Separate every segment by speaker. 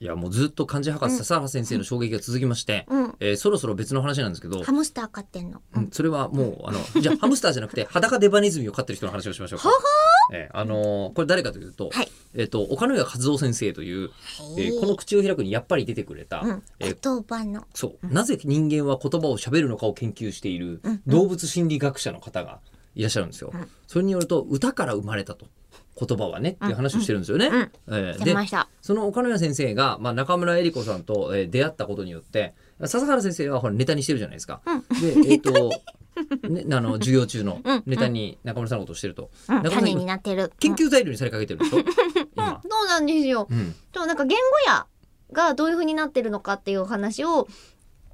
Speaker 1: いやもうずっと漢字博士笹原先生の衝撃が続きまして、
Speaker 2: うん。
Speaker 1: えーそろそろ別の話なんですけど
Speaker 2: ハ、ムスター飼ってんの。
Speaker 1: うんそれはもうあのじゃあ ハムスターじゃなくて裸デバネズミを飼ってる人の話をしましょうか
Speaker 2: ほほ。
Speaker 1: えーあのーこれ誰かというと、
Speaker 2: はい
Speaker 1: えっ、と岡野谷和夫先生という、えーこの口を開くにやっぱり出てくれた、
Speaker 2: うん、
Speaker 1: えー
Speaker 2: 言葉の。
Speaker 1: そう、なぜ人間は言葉を喋るのかを研究している
Speaker 2: うん
Speaker 1: 動物心理学者の方がいらっしゃるんですよ。
Speaker 2: うん
Speaker 1: それによると歌から生まれたと言葉はねっていう話をしてるんですよね。
Speaker 2: うんうん
Speaker 1: えー
Speaker 2: 出ました。
Speaker 1: その岡野谷先生が、まあ、中村江里子さんと、えー出会ったことによって笹原先生はほらネタにしてるじゃないですか。で、えっと ね、あの授業中の
Speaker 2: うん
Speaker 1: ネタに中村さんのことをしてると、
Speaker 2: うん、
Speaker 1: 中村さん
Speaker 2: 種になってる。
Speaker 1: 研究材料にされかけてるでしょ今
Speaker 3: そ、うなんですよ。
Speaker 1: うん、
Speaker 3: でもなんか言語やがどういう風になってるのかっていうお話を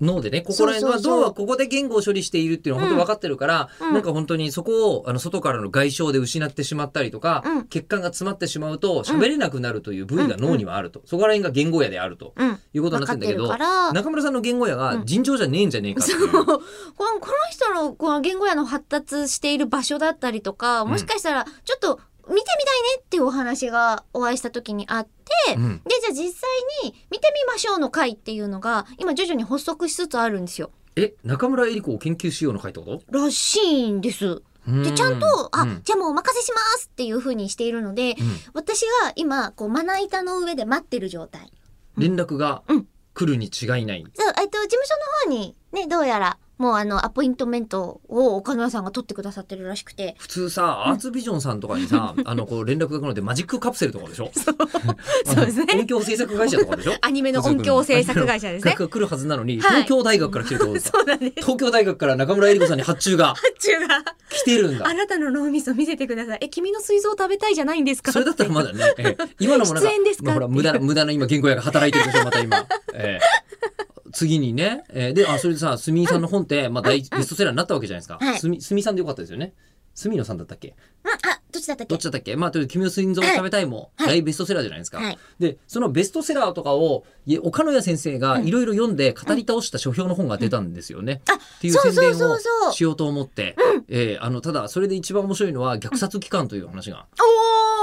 Speaker 1: 脳でねここら辺
Speaker 3: そ
Speaker 1: は
Speaker 3: うそうそう
Speaker 1: 脳はここで言語を処理しているっていうのは本当に分かってるから、
Speaker 3: うん
Speaker 1: なんか本当にそこをあの外からの外傷で失ってしまったりとか、
Speaker 2: うん
Speaker 1: 血管が詰まってしまうと喋れなくなるという部位が脳にはあると、そこら辺が言語やであると
Speaker 2: うん、うん、
Speaker 1: いうこと
Speaker 2: 分
Speaker 1: になって
Speaker 2: かっ
Speaker 1: るんだ
Speaker 2: て
Speaker 1: け
Speaker 2: る
Speaker 1: ど
Speaker 2: から。
Speaker 1: 中村さんの言語やが尋常じゃねえんじゃねえかってい、
Speaker 3: そううこのこの人のこの言語やの発達している場所だったりとか
Speaker 1: ん
Speaker 3: もしかしたらちょっと見てみたいねっていうお話がお会いした時にあって
Speaker 1: うん
Speaker 3: でじゃあ実際に見てみましょうの会っていうのが今徐々に発足しつつあるんですよ。
Speaker 1: え中村江里子を研究しようの会ってこと
Speaker 3: らしいんです。
Speaker 1: う
Speaker 3: で
Speaker 1: ん
Speaker 3: ちゃんと、あ、
Speaker 1: うん
Speaker 3: じゃあもうお任せしますっていう風にしているの
Speaker 1: う
Speaker 3: で、
Speaker 1: ん
Speaker 3: 私が今こうまな板の上で待ってる状態。
Speaker 1: 連絡が
Speaker 3: うん
Speaker 1: 来るに違いない、
Speaker 3: そう、えっと、事務所の方にね、どうやら、もうあの、アポイントメントを岡村さんが取ってくださってるらしくて、
Speaker 1: 普通さアーツビジョンさんとかに さ、あのこう連絡が来るのでマジックカプセルとかでしょ
Speaker 3: そうですね
Speaker 1: あの音響制作会社とかでしょ
Speaker 3: アニメ
Speaker 1: の
Speaker 3: の
Speaker 1: 音
Speaker 3: 音
Speaker 1: 響
Speaker 3: 響
Speaker 1: 制
Speaker 3: 制
Speaker 1: 作
Speaker 3: 作
Speaker 1: 会
Speaker 3: 会社です
Speaker 1: 学
Speaker 3: ね。
Speaker 1: が来るはずなのに、
Speaker 3: はい
Speaker 1: 東京大学から来てるってことですか
Speaker 3: そうなんです。
Speaker 1: 東京大学から中村江里子さんに発注が
Speaker 3: 発注 が、
Speaker 1: 来てるん だ
Speaker 3: あ。なたの脳みそ見せてください。え、君の膵臓食べたいじゃないんですか
Speaker 1: それだったらまだね、え え今のもなんか
Speaker 3: 出演ですか
Speaker 1: まあほら無駄な無駄な今言語屋が働いてるでしょまた 今。ええ次にね、ええであそれでさすみさんの本って、まあ、大ベストセラーになったわけじゃないですか
Speaker 3: はい
Speaker 1: すみすみさんでよかったですよねすみのさんだったっけ
Speaker 3: うんあ、どっちだったっ
Speaker 1: どっ
Speaker 3: け
Speaker 1: ちだったっけまあとりあえず「君の心臓を食べたい」も
Speaker 3: はい
Speaker 1: 大ベストセラーじゃないですか、
Speaker 3: はい
Speaker 1: でそのベストセラーとかをいえ岡野谷先生がいろいろ読んで語り倒した書評の本が出たんですよね、
Speaker 3: あ
Speaker 1: っていう宣
Speaker 3: そう
Speaker 1: 伝
Speaker 3: そ
Speaker 1: を
Speaker 3: うそうそう
Speaker 1: しようと思って、えーあのただそれで一番面白いのは虐殺期間という話が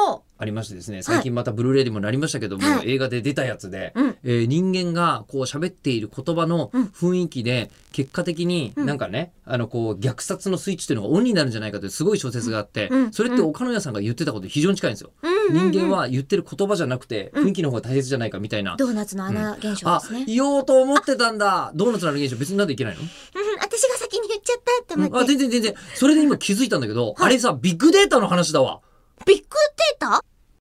Speaker 3: おー
Speaker 1: ありましてですね最近またブルーレイでもなりましたけども、
Speaker 3: はい
Speaker 1: 映画で出たやつで、
Speaker 3: うん
Speaker 1: えー人間がこう喋っている言葉の
Speaker 3: うん
Speaker 1: 雰囲気で結果的になんかね、あのこう虐殺のスイッチというのがオンになるんじゃないかというすごい小説があって、
Speaker 3: うん
Speaker 1: それって岡野谷さんが言ってたことに非常に近いんですよ。
Speaker 3: うんうんうん
Speaker 1: 人間は言ってる言葉じゃなくて雰囲気の方が大切じゃないかみたいな。
Speaker 3: ドーナツの穴現象で
Speaker 1: あ
Speaker 3: すね。
Speaker 1: 言おうと思ってたんだドーナツのある現象別になんでいけないの
Speaker 3: うん、私が先に言っちゃったって思
Speaker 1: うんあ
Speaker 3: って。
Speaker 1: 全然全然それで今気づいたんだけど、あれさビッグデータの話だわ
Speaker 3: ビッグデータ